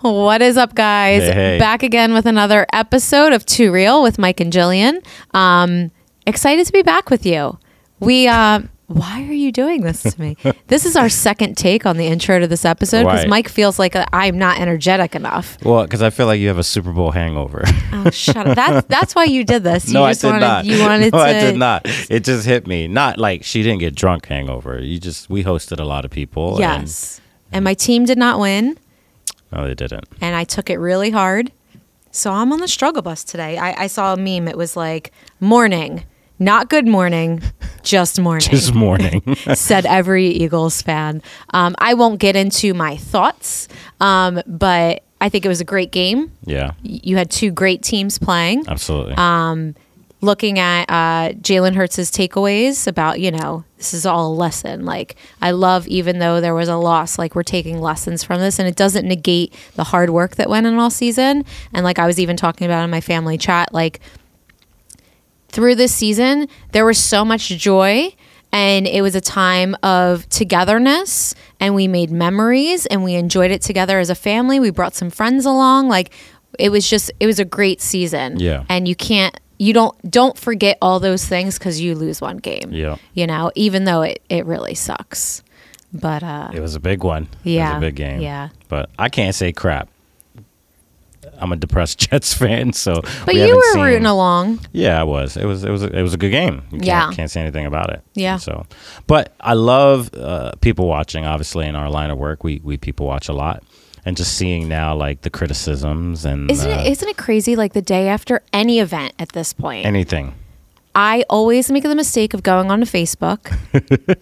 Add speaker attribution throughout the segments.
Speaker 1: What is up, guys?
Speaker 2: Hey, hey.
Speaker 1: Back again with another episode of Too Real with Mike and Jillian. Um, excited to be back with you. We, uh, why are you doing this to me? this is our second take on the intro to this episode because
Speaker 2: Right.
Speaker 1: Mike feels like uh, I'm not energetic enough.
Speaker 2: Well, because I feel like you have a Super Bowl hangover.
Speaker 1: Oh, shut up. That's, that's why you did this. You
Speaker 2: no, I
Speaker 1: just
Speaker 2: did
Speaker 1: wanted,
Speaker 2: not.
Speaker 1: You wanted to.
Speaker 2: no, I did not. It just hit me. Not like she didn't get drunk hangover. You just we hosted a lot of people.
Speaker 1: Yes. And my team did not win.
Speaker 2: And, no, they didn't.
Speaker 1: and I took it really hard. So I'm on the struggle bus today. I, I saw a meme. It was like, morning, not good morning, just morning,
Speaker 2: This morning.
Speaker 1: said every Eagles fan. Um, I won't get into my thoughts, um, but I think it was a great game.
Speaker 2: yeah.
Speaker 1: Y- You had two great teams playing.
Speaker 2: Absolutely.
Speaker 1: Um, Looking at uh, Jalen Hurts' takeaways about, you know, this is all a lesson. Like, I love, even though there was a loss, like, we're taking lessons from this, and it doesn't negate the hard work that went in all season. And, like, I was even talking about in my family chat, like, through this season, there was so much joy and it was a time of togetherness and we made memories and we enjoyed it together as a family. We brought some friends along. Like it was just it was a great season.
Speaker 2: Yeah.
Speaker 1: And you can't you don't don't forget all those things because you lose one game.
Speaker 2: Yeah.
Speaker 1: You know, even though it, it really sucks. But uh
Speaker 2: it was a big one. It
Speaker 1: yeah,
Speaker 2: was a big game.
Speaker 1: yeah.
Speaker 2: But I can't say crap. I'm a depressed Jets fan, so
Speaker 1: But
Speaker 2: we
Speaker 1: you
Speaker 2: haven't
Speaker 1: were
Speaker 2: seen-
Speaker 1: rooting along.
Speaker 2: Yeah, I was. It was. It was. A, it was a good game. You can't,
Speaker 1: Yeah.
Speaker 2: can't say anything about it.
Speaker 1: Yeah.
Speaker 2: So, but I love uh, people watching. Obviously, in our line of work, we we people watch a lot, and just seeing now like the criticisms and
Speaker 1: Isn't
Speaker 2: uh,
Speaker 1: it isn't it crazy like the day after any event at this point?
Speaker 2: anything.
Speaker 1: I always make the mistake of going onto Facebook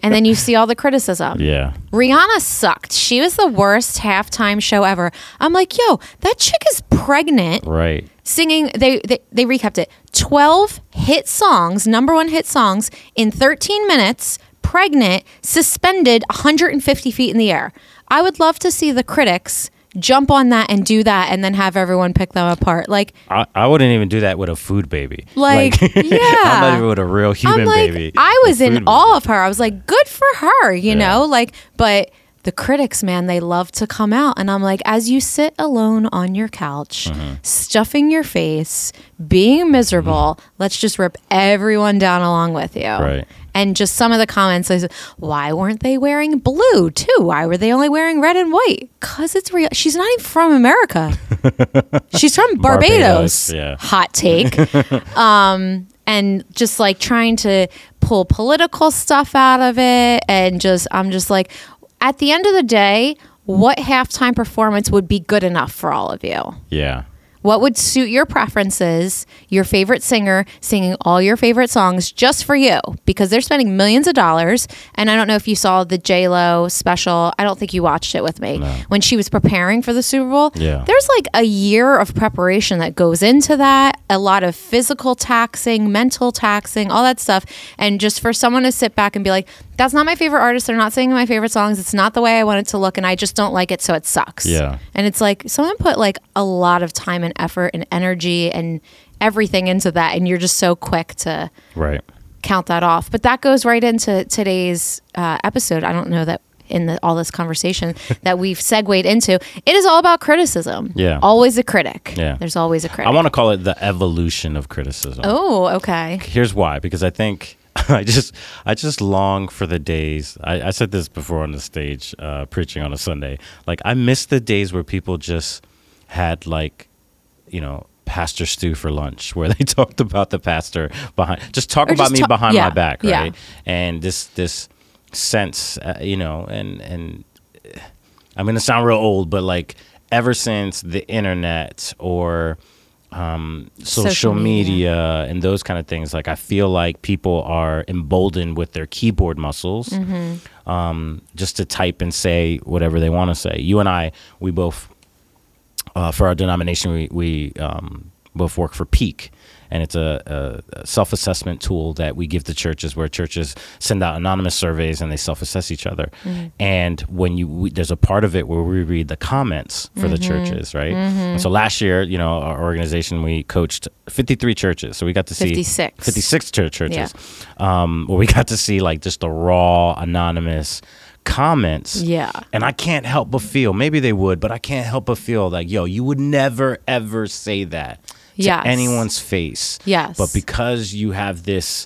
Speaker 1: and then you see all the criticism.
Speaker 2: Yeah.
Speaker 1: Rihanna sucked. She was the worst halftime show ever. I'm like, yo, that chick is pregnant
Speaker 2: Right.
Speaker 1: singing. They, they, they recapped it 12 hit songs, number one hit songs in 13 minutes, pregnant, suspended 150 feet in the air. I would love to see the critics jump on that and do that and then have everyone pick them apart. Like,
Speaker 2: I, I wouldn't even do that with a food baby.
Speaker 1: Like, yeah.
Speaker 2: I'm not even with a real human
Speaker 1: I'm like,
Speaker 2: baby.
Speaker 1: I
Speaker 2: A
Speaker 1: was in
Speaker 2: food
Speaker 1: awe of her. I was like, good for her, you
Speaker 2: Yeah.
Speaker 1: know? Like, but the critics, man, they love to come out. And I'm like, as you sit alone on your couch,
Speaker 2: Uh-huh.
Speaker 1: stuffing your face, being miserable, let's just rip everyone down along with you.
Speaker 2: Mm-hmm. Right.
Speaker 1: And just some of the comments, they said, why weren't they wearing blue too? Why were they only wearing red and white? Because it's real. She's not even from America. She's from Barbados.
Speaker 2: Barbados, yeah.
Speaker 1: Hot take. Um, and just like trying to pull political stuff out of it and just I'm just like at the end of the day what halftime performance would be good enough for all of you
Speaker 2: Yeah.
Speaker 1: what would suit your preferences your favorite singer singing all your favorite songs just for you because they're spending millions of dollars and i don't know if you saw the j-lo special i don't think you watched it with me when she was preparing for the super bowl
Speaker 2: Yeah.
Speaker 1: there's like a year of preparation that goes into that a lot of physical taxing mental taxing all that stuff and just for someone to sit back and be like that's not my favorite artist they're not singing my favorite songs it's not the way i want it to look and i just don't like it so it sucks
Speaker 2: Yeah.
Speaker 1: and it's like someone put like a lot of time and effort and energy and everything into that and you're just so quick to
Speaker 2: Right.
Speaker 1: count that off. But that goes right into today's uh, episode. I don't know that in the, all this conversation that we've segued into, it is all about criticism.
Speaker 2: Yeah.
Speaker 1: Always a critic.
Speaker 2: Yeah.
Speaker 1: There's always a
Speaker 2: I
Speaker 1: critic.
Speaker 2: want to call it the evolution of criticism.
Speaker 1: oh, okay.
Speaker 2: here's why because i think i just i just long for the days i, I said this before on the stage uh, preaching on a sunday like i miss the days where people just had like you know pastor stew for lunch where they talked about the pastor behind just talk
Speaker 1: Or
Speaker 2: about
Speaker 1: just
Speaker 2: me
Speaker 1: ta-
Speaker 2: behind
Speaker 1: yeah,
Speaker 2: my back
Speaker 1: yeah.
Speaker 2: right and this this sense uh, you know and and i'm gonna sound real old but like ever since the internet or um, social,
Speaker 1: Social media.
Speaker 2: media. and those kind of things. Like I feel like people are emboldened with their keyboard muscles um, just to type and say whatever they want to say. You and I, we both uh, for our denomination, we we um, both work for Peak, and it's a, a self-assessment tool that we give to churches, where churches send out anonymous surveys and they self-assess each other. And when you we, there's a part of it where we read the comments for the churches, right? And so last year, you know, our organization we coached 53 churches, so we got to see
Speaker 1: 56.
Speaker 2: 56 church churches, um, where we got to see like just the raw anonymous comments.
Speaker 1: Yeah.
Speaker 2: And I can't help but feel, maybe they would, but I can't help but feel like, yo, you would never, ever say that to
Speaker 1: Yes.
Speaker 2: anyone's face.
Speaker 1: Yes.
Speaker 2: But because you have this,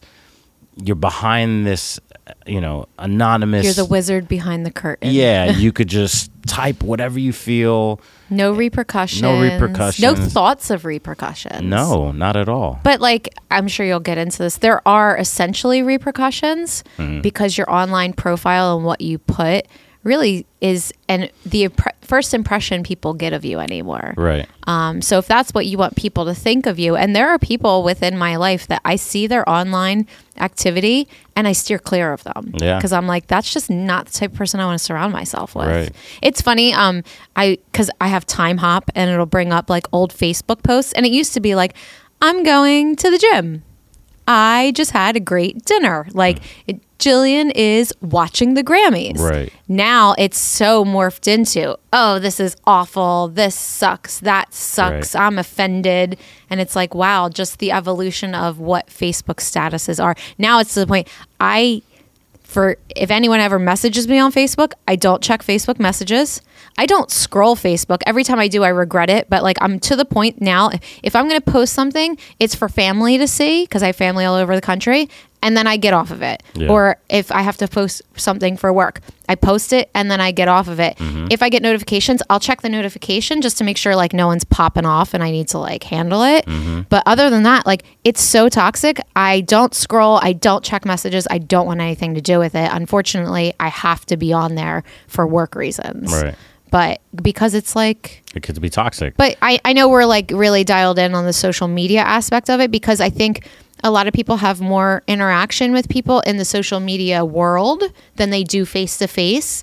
Speaker 2: you're behind this, you know, anonymous.
Speaker 1: You're the wizard behind the curtain.
Speaker 2: yeah, you could just type whatever you feel.
Speaker 1: No repercussions.
Speaker 2: No
Speaker 1: No
Speaker 2: repercussions.
Speaker 1: thoughts of repercussions.
Speaker 2: No, not at all.
Speaker 1: But like I'm sure you'll get into this. There are essentially repercussions because your online profile and what you put really is and the impre- first impression people get of you anymore.
Speaker 2: Right.
Speaker 1: Um, so if that's what you want people to think of you, and there are people within my life that I see their online activity and I steer clear of them.
Speaker 2: Yeah.
Speaker 1: Because I'm like, that's just not the type of person I want to surround myself with.
Speaker 2: Right.
Speaker 1: It's funny. Um, I because I have time hop and it'll bring up like old Facebook posts, and it used to be like, I'm going to the gym. I just had a great dinner.
Speaker 2: Mm.
Speaker 1: Like it, Jillian is watching the Grammys.
Speaker 2: Right.
Speaker 1: Now it's so morphed into, oh, this is awful. This sucks. That sucks.
Speaker 2: Right.
Speaker 1: I'm offended. And it's like, wow, just the evolution of what Facebook statuses are. Now it's to the point I for if anyone ever messages me on Facebook, I don't check Facebook messages. I don't scroll Facebook. Every time I do, I regret it. But like, I'm to the point now. If I'm going to post something, it's for family to see because I have family all over the country, and then I get off of it.
Speaker 2: Yeah.
Speaker 1: Or if I have to post something for work, I post it and then I get off of it. If I get notifications, I'll check the notification just to make sure like no one's popping off and I need to like handle it. But other than that, like it's so toxic. I don't scroll, I don't check messages, I don't want anything to do with it. Unfortunately, I have to be on there for work reasons.
Speaker 2: Right.
Speaker 1: But because it's like
Speaker 2: It could be toxic.
Speaker 1: but I, I know we're like really dialed in on the social media aspect of it because I think a lot of people have more interaction with people in the social media world than they do face to face.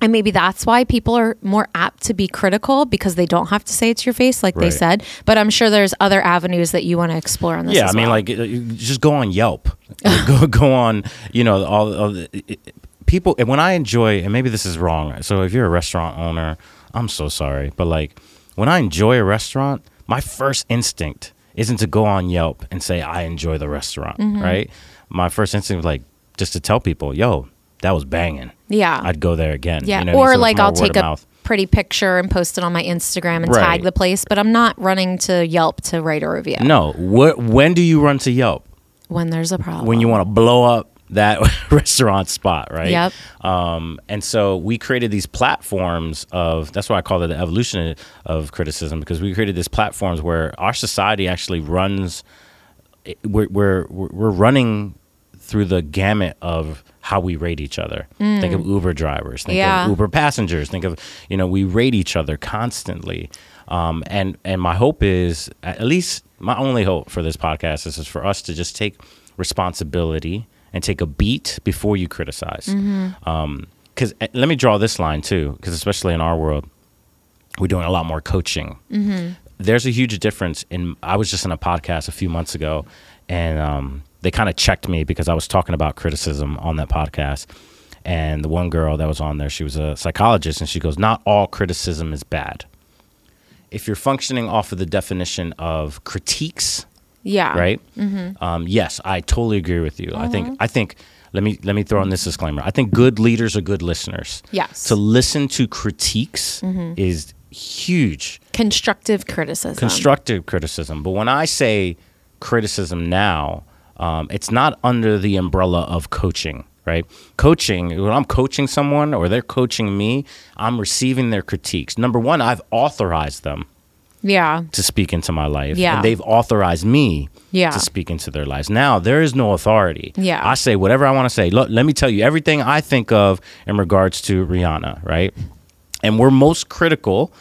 Speaker 1: And maybe that's why people are more apt to be critical because they don't have to say it to your face, like they
Speaker 2: Right.
Speaker 1: said. But I'm sure there's other avenues that you want to explore on this.
Speaker 2: yeah,
Speaker 1: as
Speaker 2: I mean,
Speaker 1: well.
Speaker 2: like, uh, you just go on Yelp, go go on, you know, all, all the it- it- people. And when I enjoy, and maybe this is wrong. So if you're a restaurant owner, I'm so sorry, but like, when I enjoy a restaurant, my first instinct isn't to go on Yelp and say I enjoy the restaurant,
Speaker 1: Mm-hmm.
Speaker 2: right? My first instinct was like just to tell people, yo, that was banging.
Speaker 1: Yeah.
Speaker 2: I'd go there again.
Speaker 1: yeah.
Speaker 2: you know what I
Speaker 1: or
Speaker 2: mean? So it's
Speaker 1: like
Speaker 2: more
Speaker 1: I'll
Speaker 2: word
Speaker 1: take
Speaker 2: of
Speaker 1: a
Speaker 2: mouth.
Speaker 1: pretty picture and post it on my Instagram and
Speaker 2: Right.
Speaker 1: tag the place, but I'm not running to Yelp to write a review
Speaker 2: No, wh- when do you run to Yelp?
Speaker 1: when there's a problem.
Speaker 2: when you want to blow up that restaurant spot, right?
Speaker 1: Yep.
Speaker 2: Um, and so we created these platforms of that's why I call it the evolution of criticism because we created these platforms where our society actually runs. it- We're we're we're running through the gamut of how we rate each other. Think of Uber drivers. Think
Speaker 1: Yeah.
Speaker 2: of Uber passengers. Think of you know we rate each other constantly. Um, and and my hope is at least my only hope for this podcast is, is for us to just take responsibility and take a beat before you criticize. Because eh, let me draw this line too. Because especially in our world, we're doing a lot more coaching. There's a huge difference in. I was just in a podcast a few months ago, and um, they kind of checked me because I was talking about criticism on that podcast. And the one girl that was on there, she was a psychologist, and she goes, "Not all criticism is bad. If you're functioning off of the definition of critiques,
Speaker 1: yeah.
Speaker 2: right? Um, yes, I totally agree with you. I think I think let me let me throw in this disclaimer. I think good leaders are good listeners.
Speaker 1: Yes.
Speaker 2: To listen to critiques is huge.
Speaker 1: constructive criticism.
Speaker 2: Constructive criticism. But when I say criticism now, um, it's not under the umbrella of coaching, right? Coaching, when I'm coaching someone or they're coaching me, I'm receiving their critiques. Number one, I've authorized them
Speaker 1: yeah.
Speaker 2: to speak into my life.
Speaker 1: Yeah.
Speaker 2: And they've authorized me
Speaker 1: Yeah.
Speaker 2: to speak into their lives. Now there is no authority.
Speaker 1: Yeah.
Speaker 2: I say whatever I want to say. Look, let me tell you everything I think of in regards to Rihanna, right? And we're most critical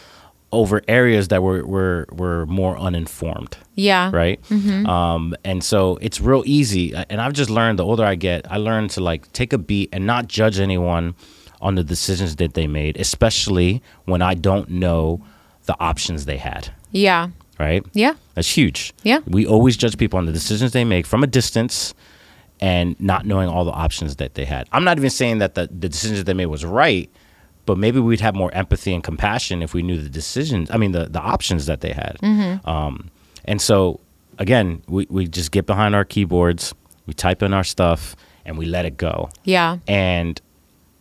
Speaker 2: over areas that we're we're, we're more uninformed
Speaker 1: Yeah.
Speaker 2: right?
Speaker 1: Mm-hmm.
Speaker 2: Um, and so it's real easy. And I've just learned the older I get, I learned to like take a beat and not judge anyone on the decisions that they made, especially when I don't know the options they had,
Speaker 1: Yeah.
Speaker 2: right?
Speaker 1: Yeah.
Speaker 2: That's huge.
Speaker 1: Yeah.
Speaker 2: We always judge people on the decisions they make from a distance and not knowing all the options that they had. I'm not even saying that the, the decisions they made was right, but maybe we'd have more empathy and compassion if we knew the decisions, I mean, the, the options that they had. Um, and so, again, we, we just get behind our keyboards, we type in our stuff, and we let it go.
Speaker 1: Yeah.
Speaker 2: And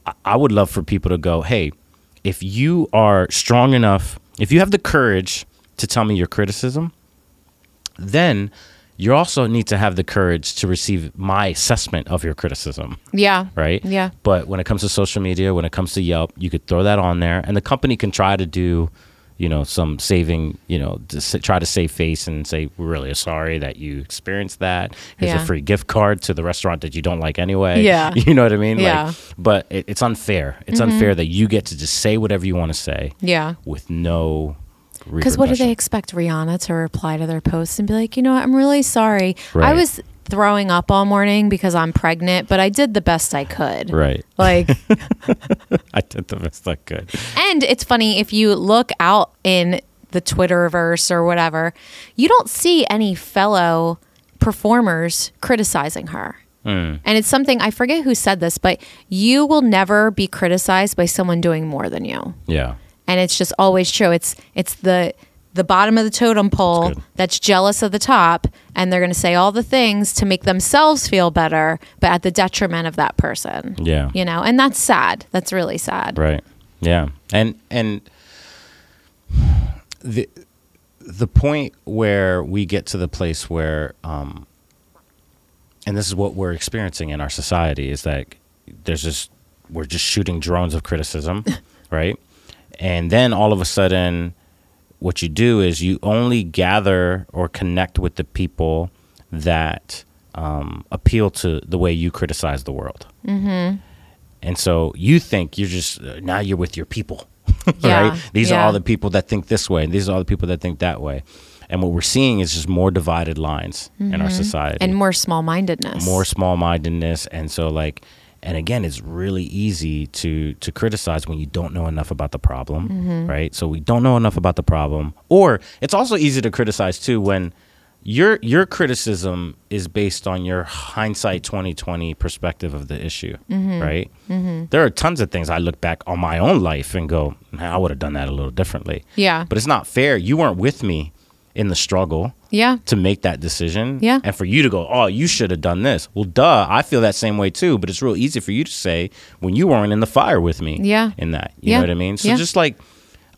Speaker 2: I- I would love for people to go, hey, if you are strong enough, if you have the courage to tell me your criticism, then you also need to have the courage to receive my assessment of your criticism
Speaker 1: Yeah.
Speaker 2: right?
Speaker 1: Yeah.
Speaker 2: But when it comes to social media, when it comes to Yelp, you could throw that on there, and the company can try to do, you know, some saving, you know, to s- try to save face and say, "We're really sorry that you experienced that. Here's
Speaker 1: Yeah.
Speaker 2: a free gift card to the restaurant that you don't like anyway."
Speaker 1: Yeah.
Speaker 2: you know what I mean?
Speaker 1: Yeah. Mm-hmm.
Speaker 2: Like, but it, it's unfair. It's unfair that you get to just say whatever you want to say
Speaker 1: Yeah.
Speaker 2: with no.
Speaker 1: Because what do they
Speaker 2: repercussion.
Speaker 1: expect Rihanna to reply to their posts and be like, you know what, I'm really sorry. I
Speaker 2: Right.
Speaker 1: was throwing up all morning because I'm pregnant, but I did the best I could.
Speaker 2: Right.
Speaker 1: Like,
Speaker 2: I did the best I could.
Speaker 1: and it's funny if you look out in the Twitterverse or whatever, you don't see any fellow performers criticizing her.
Speaker 2: Hmm.
Speaker 1: And it's something I forget who said this, but you will never be criticized by someone doing more than you.
Speaker 2: Yeah.
Speaker 1: and it's just always true. It's it's the the bottom of the totem pole
Speaker 2: That's good.
Speaker 1: that's jealous of the top, and they're going to say all the things to make themselves feel better, but at the detriment of that person.
Speaker 2: Yeah.
Speaker 1: you know, and that's sad. That's really sad.
Speaker 2: Right. Yeah. And and the the point where we get to the place where um and this is what we're experiencing in our society is that there's just we're just shooting drones of criticism, right? And then all of a sudden what you do is you only gather or connect with the people that um, appeal to the way you criticize the world.
Speaker 1: Mm-hmm.
Speaker 2: And so you think you're just uh, now you're with your people,
Speaker 1: Yeah,
Speaker 2: right? These
Speaker 1: yeah.
Speaker 2: are all the people that think this way, and these are all the people that think that way. And what we're seeing is just more divided lines in our society,
Speaker 1: Mm-hmm. And more small mindedness.
Speaker 2: more small mindedness. And so, like, and again, it's really easy to to criticize when you don't know enough about the problem, right? So we don't know enough about the problem, or it's also easy to criticize too when. Your your criticism is based on your hindsight twenty twenty perspective of the issue, right? There are tons of things I look back on my own life and go, man, I would have done that a little differently.
Speaker 1: Yeah.
Speaker 2: but it's not fair. You weren't with me in the struggle
Speaker 1: Yeah.
Speaker 2: to make that decision.
Speaker 1: Yeah.
Speaker 2: And for you to go, oh, you should have done this. Well, duh, I feel that same way too. But it's real easy for you to say when you weren't in the fire with me.
Speaker 1: Yeah.
Speaker 2: In that. You
Speaker 1: Yeah.
Speaker 2: know what I mean? So
Speaker 1: Yeah.
Speaker 2: just like,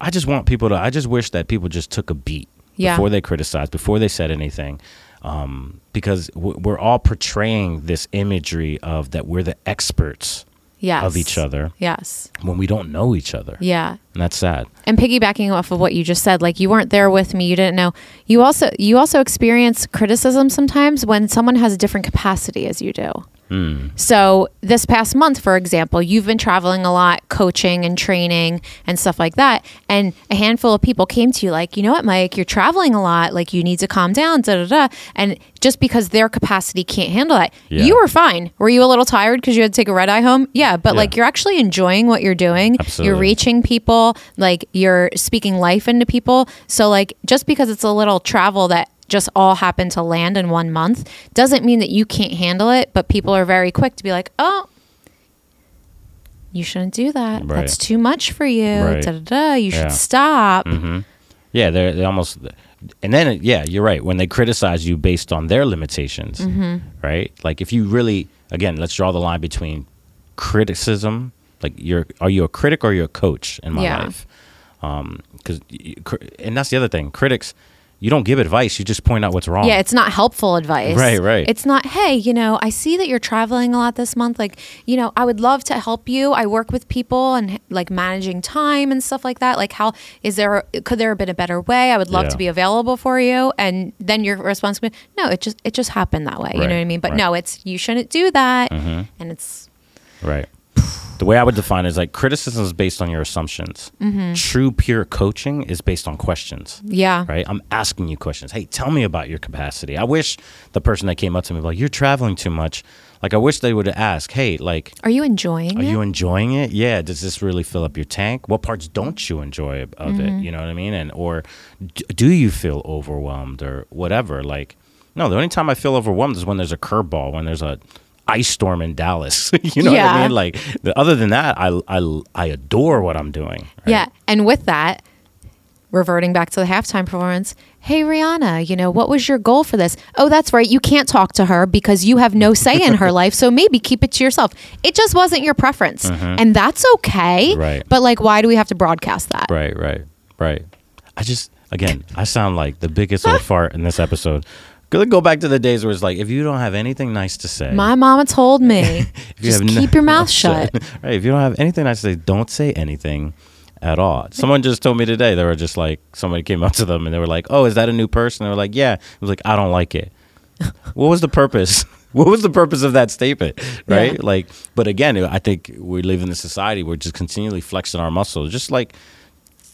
Speaker 2: I just want people to, I just wish that people just took a beat
Speaker 1: Yeah.
Speaker 2: before they criticized, before they said anything. Um, because w- we're all portraying this imagery of that we're the experts
Speaker 1: Yes.
Speaker 2: of each other
Speaker 1: Yes.
Speaker 2: when we don't know each other.
Speaker 1: Yeah.
Speaker 2: And that's sad.
Speaker 1: and piggybacking off of what you just said like you weren't there with me you didn't know you also you also experience criticism sometimes when someone has a different capacity as you do
Speaker 2: Hmm.
Speaker 1: so this past month for example you've been traveling a lot coaching and training and stuff like that and a handful of people came to you like you know what mike you're traveling a lot like you need to calm down da da da and just because their capacity can't handle that
Speaker 2: Yeah.
Speaker 1: you were fine were you a little tired because you had to take a red eye home yeah but
Speaker 2: Yeah.
Speaker 1: like you're actually enjoying what you're doing you're
Speaker 2: Absolutely.
Speaker 1: reaching teaching people, like you're speaking life into people. So like just because it's a little travel that just all happened to land in one month doesn't mean that you can't handle it, but people are very quick to be like, "Oh, you shouldn't do that.
Speaker 2: Right.
Speaker 1: That's too much for you.
Speaker 2: Right.
Speaker 1: Da, da, da. You
Speaker 2: Yeah.
Speaker 1: should stop."
Speaker 2: Yeah, they're they almost, and then yeah, you're right. When they criticize you based on their limitations,
Speaker 1: Mm-hmm.
Speaker 2: right? Like if you really, again, let's draw the line between criticism. Like you're, are you a critic or you're a coach in my
Speaker 1: Yeah.
Speaker 2: life? Um, Because, and that's the other thing. Critics, you don't give advice. You just point out what's wrong.
Speaker 1: Yeah, it's not helpful advice.
Speaker 2: Right, right.
Speaker 1: It's not, hey, you know, I see that you're traveling a lot this month. Like, you know, I would love to help you. I work with people and like managing time and stuff like that. Like, how is there, could there have been a better way? I would love
Speaker 2: Yeah.
Speaker 1: to be available for you. And then your response would be, no, it just, it just happened that way. You know
Speaker 2: Right,
Speaker 1: what I mean? But
Speaker 2: right. Mm-hmm.
Speaker 1: no, it's, you shouldn't do that. And it's,
Speaker 2: Right. The way I would define it is like criticism is based on your assumptions.
Speaker 1: Mm-hmm.
Speaker 2: True, pure coaching is based on questions.
Speaker 1: yeah.
Speaker 2: right? I'm asking you questions. Hey, tell me about your capacity. I wish the person that came up to me like, you're traveling too much. Like, I wish they would ask, hey, like,
Speaker 1: Are you enjoying
Speaker 2: are
Speaker 1: it?
Speaker 2: you enjoying it? Yeah. Does this really fill up your tank? What parts don't you enjoy of of it? You know what I mean? And or d- do you feel overwhelmed or whatever? Like, no. The only time I feel overwhelmed is when there's a curveball, when there's a ice storm in Dallas. you know what
Speaker 1: Yeah.
Speaker 2: I mean? Like, the, other than that, I I I adore what I'm doing.
Speaker 1: Yeah. And with that, reverting back to the halftime performance. Hey Rihanna, you know, what was your goal for this? Oh, that's right. You can't talk to her because you have no say in her life. So maybe keep it to yourself. It just wasn't your preference. And that's okay.
Speaker 2: Uh-huh. Right.
Speaker 1: But like why do we have to broadcast that?
Speaker 2: Right, right, right. I just again, I sound like the biggest old fart in this episode. Go go back to the days where it's like, if you don't have anything nice to say,
Speaker 1: My mama told me,
Speaker 2: if you
Speaker 1: just
Speaker 2: have no-
Speaker 1: keep your mouth shut.
Speaker 2: right, if you don't have anything nice to say, don't say anything at all. Someone just told me today they were just like somebody came up to them and they were like, "Oh, is that a new person?" They were like, "Yeah." I was like, "I don't like it." what was the purpose? What was the purpose of that statement? Right?
Speaker 1: Yeah.
Speaker 2: Like, but again, I think we live in a society where we're just continually flexing our muscles, just like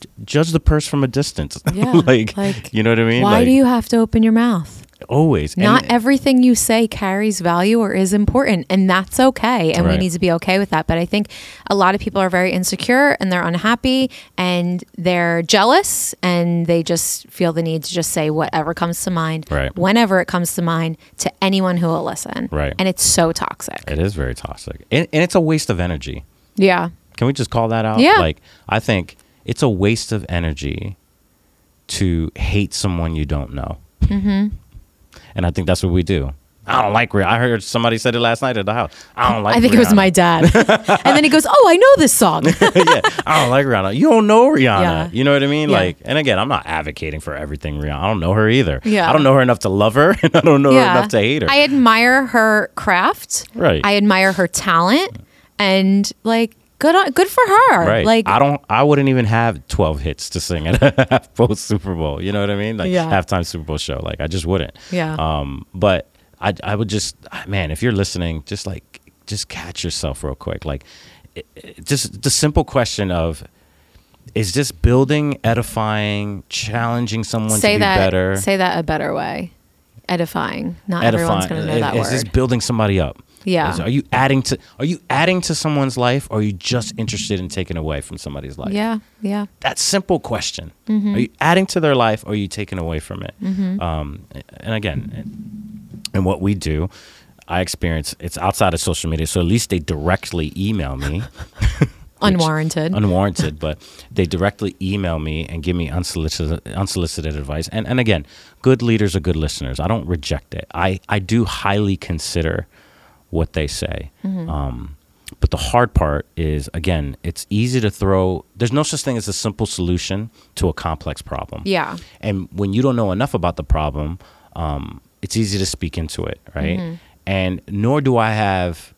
Speaker 2: j- judge the purse from a distance.
Speaker 1: Yeah,
Speaker 2: like,
Speaker 1: like,
Speaker 2: you know what I mean?
Speaker 1: Why
Speaker 2: like,
Speaker 1: do you have to open your mouth?
Speaker 2: always? And-
Speaker 1: Not everything you say carries value or is important, and that's okay. And we
Speaker 2: Right.
Speaker 1: need to be okay with that. But I think a lot of people are very insecure and they're unhappy and they're jealous and they just feel the need to just say whatever comes to mind,
Speaker 2: Right.
Speaker 1: whenever it comes to mind, to anyone who will listen.
Speaker 2: Right.
Speaker 1: And it's so toxic.
Speaker 2: It is very toxic, and, and it's a waste of energy.
Speaker 1: yeah.
Speaker 2: Can we just call that out?
Speaker 1: Yeah.
Speaker 2: Like, I think it's a waste of energy to hate someone you don't know. Mm-hmm. And I think that's what we do. I don't like Rihanna. I heard somebody said it last night at the house. I don't like.
Speaker 1: I think it was
Speaker 2: Rihanna.
Speaker 1: my dad. and then he goes, Oh, I know this song.
Speaker 2: yeah, I don't like Rihanna. You don't know Rihanna.
Speaker 1: Yeah.
Speaker 2: You know what I mean?
Speaker 1: Yeah.
Speaker 2: Like, and again, I'm not advocating for everything Rihanna. I don't know her either.
Speaker 1: Yeah.
Speaker 2: I don't know her enough to love her, and I don't know her enough to hate her.
Speaker 1: I admire her craft.
Speaker 2: Right.
Speaker 1: I admire her talent, and like good on, good for her.
Speaker 2: Right.
Speaker 1: Like
Speaker 2: I don't. I wouldn't even have twelve hits to sing at a half bowl Super Bowl. You know what I mean? Like
Speaker 1: Yeah.
Speaker 2: halftime Super Bowl show. Like I just wouldn't.
Speaker 1: Yeah.
Speaker 2: Um. But I. I would just. Man, if you're listening, just like just catch yourself real quick. Like, it- it- just the simple question of. Is this building, edifying, challenging someone
Speaker 1: say
Speaker 2: to be
Speaker 1: that.
Speaker 2: better?
Speaker 1: Say that a better way. Edifying. Not everyone's going to know
Speaker 2: Is-
Speaker 1: that
Speaker 2: is,
Speaker 1: word.
Speaker 2: this building somebody up?
Speaker 1: Yeah.
Speaker 2: Is- are you adding to Are you adding to someone's life, or are you just interested in taking away from somebody's life?
Speaker 1: yeah. Yeah.
Speaker 2: that simple question are you adding to their life or are you taking away from it um, and again and what we do i experience it's outside of social media so at least they directly email me
Speaker 1: Unwarranted.
Speaker 2: unwarranted but they directly email me and give me unsolicited unsolicited advice and and again good leaders are good listeners i don't reject it i i do highly consider what they say um but the hard part is again it's easy to throw there's no such thing as a simple solution to a complex problem
Speaker 1: yeah.
Speaker 2: and when you don't know enough about the problem, um, it's easy to speak into it, right? And nor do I have,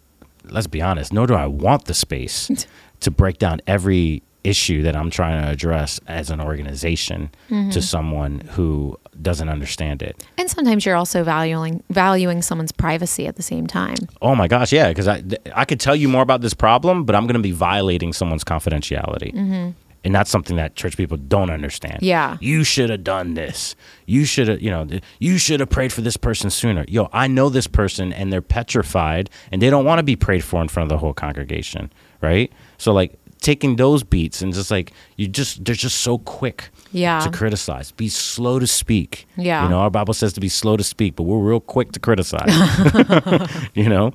Speaker 2: let's be honest, nor do I want the space to break down every issue that I'm trying to address as an organization to someone who doesn't understand it.
Speaker 1: And sometimes you're also valuing valuing someone's privacy at the same time.
Speaker 2: Oh my gosh, yeah, because I, th- I could tell you more about this problem, but I'm going to be violating someone's confidentiality. And that's something that church people don't understand.
Speaker 1: Mm-hmm. Yeah.
Speaker 2: You should have done this. You should have, you know, th- you should have prayed for this person sooner. Yo, I know this person and they're petrified and they don't want to be prayed for in front of the whole congregation, right? So, like, taking those beats and just like, you just, they're just so quick
Speaker 1: Yeah.
Speaker 2: to criticize. Be slow to speak.
Speaker 1: Yeah.
Speaker 2: You know, our Bible says to be slow to speak, but we're real quick to criticize. you know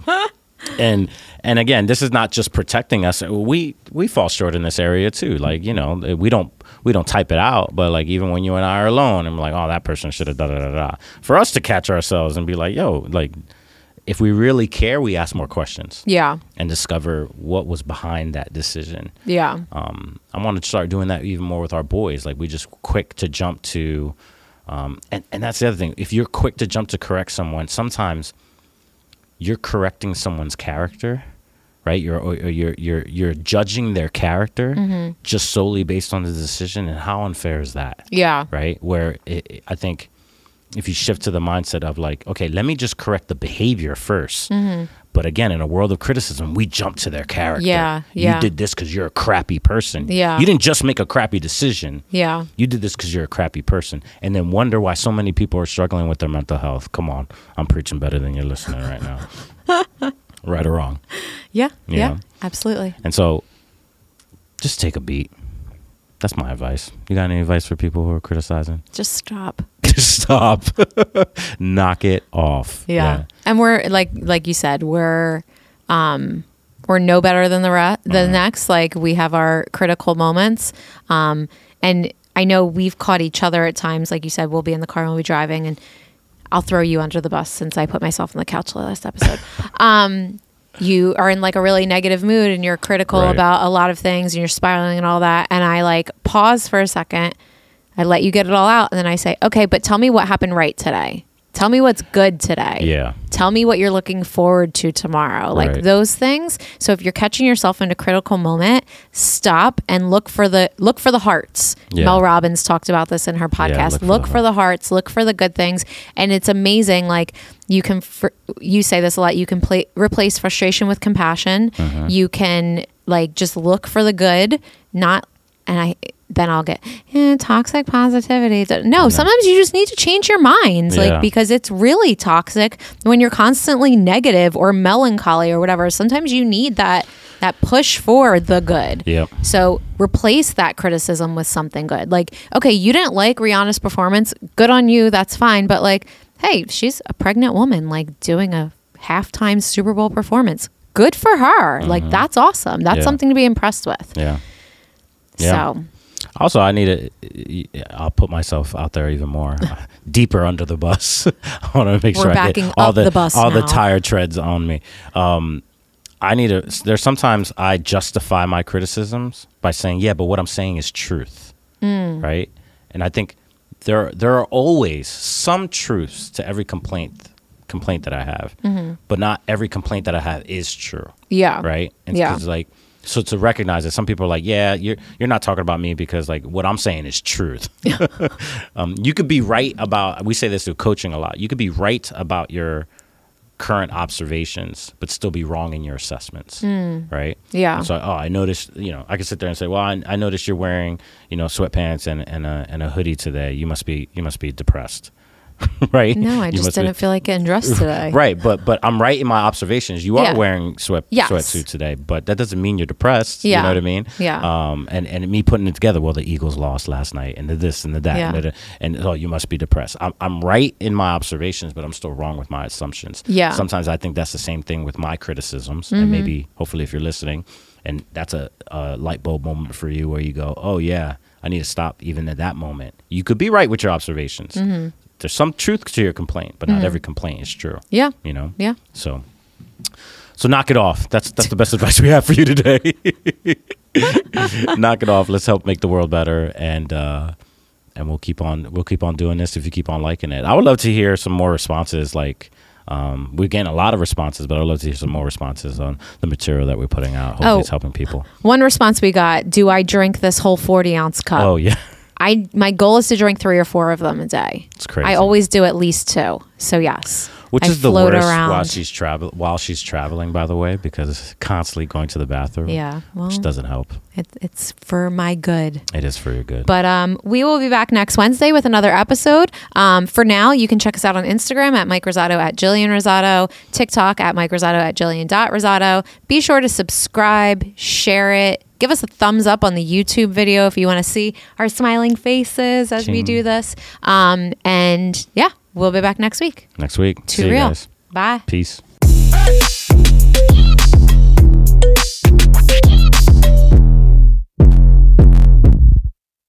Speaker 2: and and again this is not just protecting us we we fall short in this area too like you know we don't we don't type it out but like even when you and i are alone i'm like oh that person should have da da da da for us to catch ourselves and be like yo like if we really care we ask more questions
Speaker 1: Yeah.
Speaker 2: and discover what was behind that decision
Speaker 1: Yeah.
Speaker 2: um, I want to start doing that even more with our boys. Like we just quick to jump to, um, and and that's the other thing. If you're quick to jump to correct someone, sometimes you're correcting someone's character, right? You're or, or you're you're you're judging their character just solely based on the decision, and how unfair is that?
Speaker 1: yeah.
Speaker 2: Right? Where it, it- I think if you shift to the mindset of like, okay, let me just correct the behavior 1st
Speaker 1: Mm-hmm.
Speaker 2: But again, in a world of criticism, we jump to their character.
Speaker 1: Yeah,
Speaker 2: You
Speaker 1: yeah.
Speaker 2: did this because you're a crappy person.
Speaker 1: Yeah.
Speaker 2: You didn't just make a crappy decision.
Speaker 1: Yeah.
Speaker 2: You did this because you're a crappy person, and then wonder why so many people are struggling with their mental health. Come on, I'm preaching better than you're listening right now, right or wrong.
Speaker 1: Yeah.
Speaker 2: Yeah.
Speaker 1: Yeah. Absolutely.
Speaker 2: And so, just take a beat. That's my advice. You got any advice for people who are criticizing?
Speaker 1: Just stop.
Speaker 2: Just stop, knock it off.
Speaker 1: yeah. and we're like like you said we're um we're no better than the re- the next like we have our critical moments um and I know we've caught each other at times. Like you said, we'll be in the car and we'll be driving, and I'll throw you under the bus since I put myself on the couch last episode. um, you are in like a really negative mood and you're critical
Speaker 2: Right.
Speaker 1: about a lot of things and you're spiraling and all that. And I like pause for a second. I let you get it all out. And then I say, okay, but tell me what happened right today. Tell me what's good today
Speaker 2: Yeah.
Speaker 1: tell me what you're looking forward to tomorrow like
Speaker 2: Right.
Speaker 1: those things so if you're catching yourself in a critical moment stop and look for the look for the hearts
Speaker 2: Yeah.
Speaker 1: mel robbins talked about this in her podcast
Speaker 2: look for
Speaker 1: look,
Speaker 2: the
Speaker 1: for, the hearts look for the good things and it's amazing like you can fr- you say this a lot you can play, replace frustration with compassion
Speaker 2: Mm-hmm.
Speaker 1: you can like just look for the good not and i then i'll get eh, toxic positivity no, sometimes you just need to change your minds like
Speaker 2: Yeah.
Speaker 1: because because it's really toxic when you're constantly negative or melancholy or whatever. Sometimes you need that that push for the good.
Speaker 2: Yep.
Speaker 1: So replace that criticism with something good. Like, okay, you didn't like Rihanna's performance. Good on you. That's fine. But like, hey, she's a pregnant woman like doing a halftime Super Bowl performance. Good for her. Like that's awesome. That's
Speaker 2: Mm-hmm. Yeah.
Speaker 1: something to be impressed with.
Speaker 2: Yeah. Yeah.
Speaker 1: So
Speaker 2: Also, I need to. I'll put myself out there even more, uh, deeper under the bus. I want to make
Speaker 1: We're
Speaker 2: sure I
Speaker 1: backing
Speaker 2: get all
Speaker 1: up the bus
Speaker 2: all the
Speaker 1: now.
Speaker 2: tire treads on me. Um, I need to. There's sometimes I justify my criticisms by saying, "Yeah, but what I'm saying is truth,"
Speaker 1: Mm.
Speaker 2: right? And I think there there are always some truths to every complaint complaint that I have,
Speaker 1: Mm-hmm.
Speaker 2: but not every complaint that I have is true
Speaker 1: yeah.
Speaker 2: right? And
Speaker 1: Yeah.
Speaker 2: It's uh, like so to recognize that some people are like, yeah, you're you're not talking about me because like what I'm saying is truth. um, you could be right about. We say this through coaching a lot. You could be right about your current observations, but still be wrong in your assessments, right?
Speaker 1: Hmm. Yeah.
Speaker 2: And so oh, I noticed. You know, I could sit there and say, well, I, I noticed you're wearing you know sweatpants and and a and a hoodie today. You must be you must be depressed. right?
Speaker 1: No, I
Speaker 2: You
Speaker 1: just
Speaker 2: must be-
Speaker 1: didn't feel like getting dressed today.
Speaker 2: Right, but but I'm right in my observations. You
Speaker 1: Yeah.
Speaker 2: are wearing sweat
Speaker 1: Yes.
Speaker 2: sweatsuit today, but that doesn't mean you're depressed.
Speaker 1: Yeah.
Speaker 2: You know what I mean?
Speaker 1: Yeah.
Speaker 2: Um, and and me putting it together. Well, the Eagles lost last night, and the this and the that, and,
Speaker 1: Yeah.
Speaker 2: the, and oh, you must be depressed. I'm I'm right in my observations, but I'm still wrong with my assumptions.
Speaker 1: Yeah.
Speaker 2: Sometimes I think that's the same thing with my criticisms,
Speaker 1: Mm-hmm.
Speaker 2: and maybe hopefully if you're listening, and that's a, a light bulb moment for you where you go, oh yeah. I need to stop even at that moment. You could be right with your observations.
Speaker 1: Mm-hmm.
Speaker 2: There's some truth to your complaint, but not every complaint is true
Speaker 1: Yeah.
Speaker 2: you know
Speaker 1: Yeah.
Speaker 2: so so knock it off that's that's the best advice we have for you today knock it off let's help make the world better and uh and we'll keep on we'll keep on doing this if you keep on liking it i would love to hear some more responses like um, we're getting a lot of responses, but I'd love to hear some more responses on the material that we're putting out. Hopefully,
Speaker 1: Oh.
Speaker 2: it's helping people.
Speaker 1: One response we got: Do I drink this whole forty ounce cup?
Speaker 2: Oh yeah,
Speaker 1: I my goal is to drink three or four of them a day.
Speaker 2: It's crazy.
Speaker 1: I always do at least two. So yes,
Speaker 2: which
Speaker 1: I
Speaker 2: is the
Speaker 1: float
Speaker 2: worst while she's travel while she's traveling. By the way, because constantly going to the bathroom,
Speaker 1: yeah, well,
Speaker 2: which doesn't help.
Speaker 1: it, it's for my good.
Speaker 2: It is for your good.
Speaker 1: But um, we will be back next Wednesday with another episode. Um, for now, you can check us out on Instagram at Mike Rosato at Jillian Rosato, TikTok at Mike Rosato at Jillian dot Rosato. Be sure to subscribe, share it, give us a thumbs up on the YouTube video if you want to see our smiling faces as we
Speaker 2: Ching.
Speaker 1: do this. Um, and yeah, we'll be back next week.
Speaker 2: Next week,
Speaker 1: Too
Speaker 2: see you
Speaker 1: real.
Speaker 2: guys.
Speaker 1: Bye.
Speaker 2: Peace.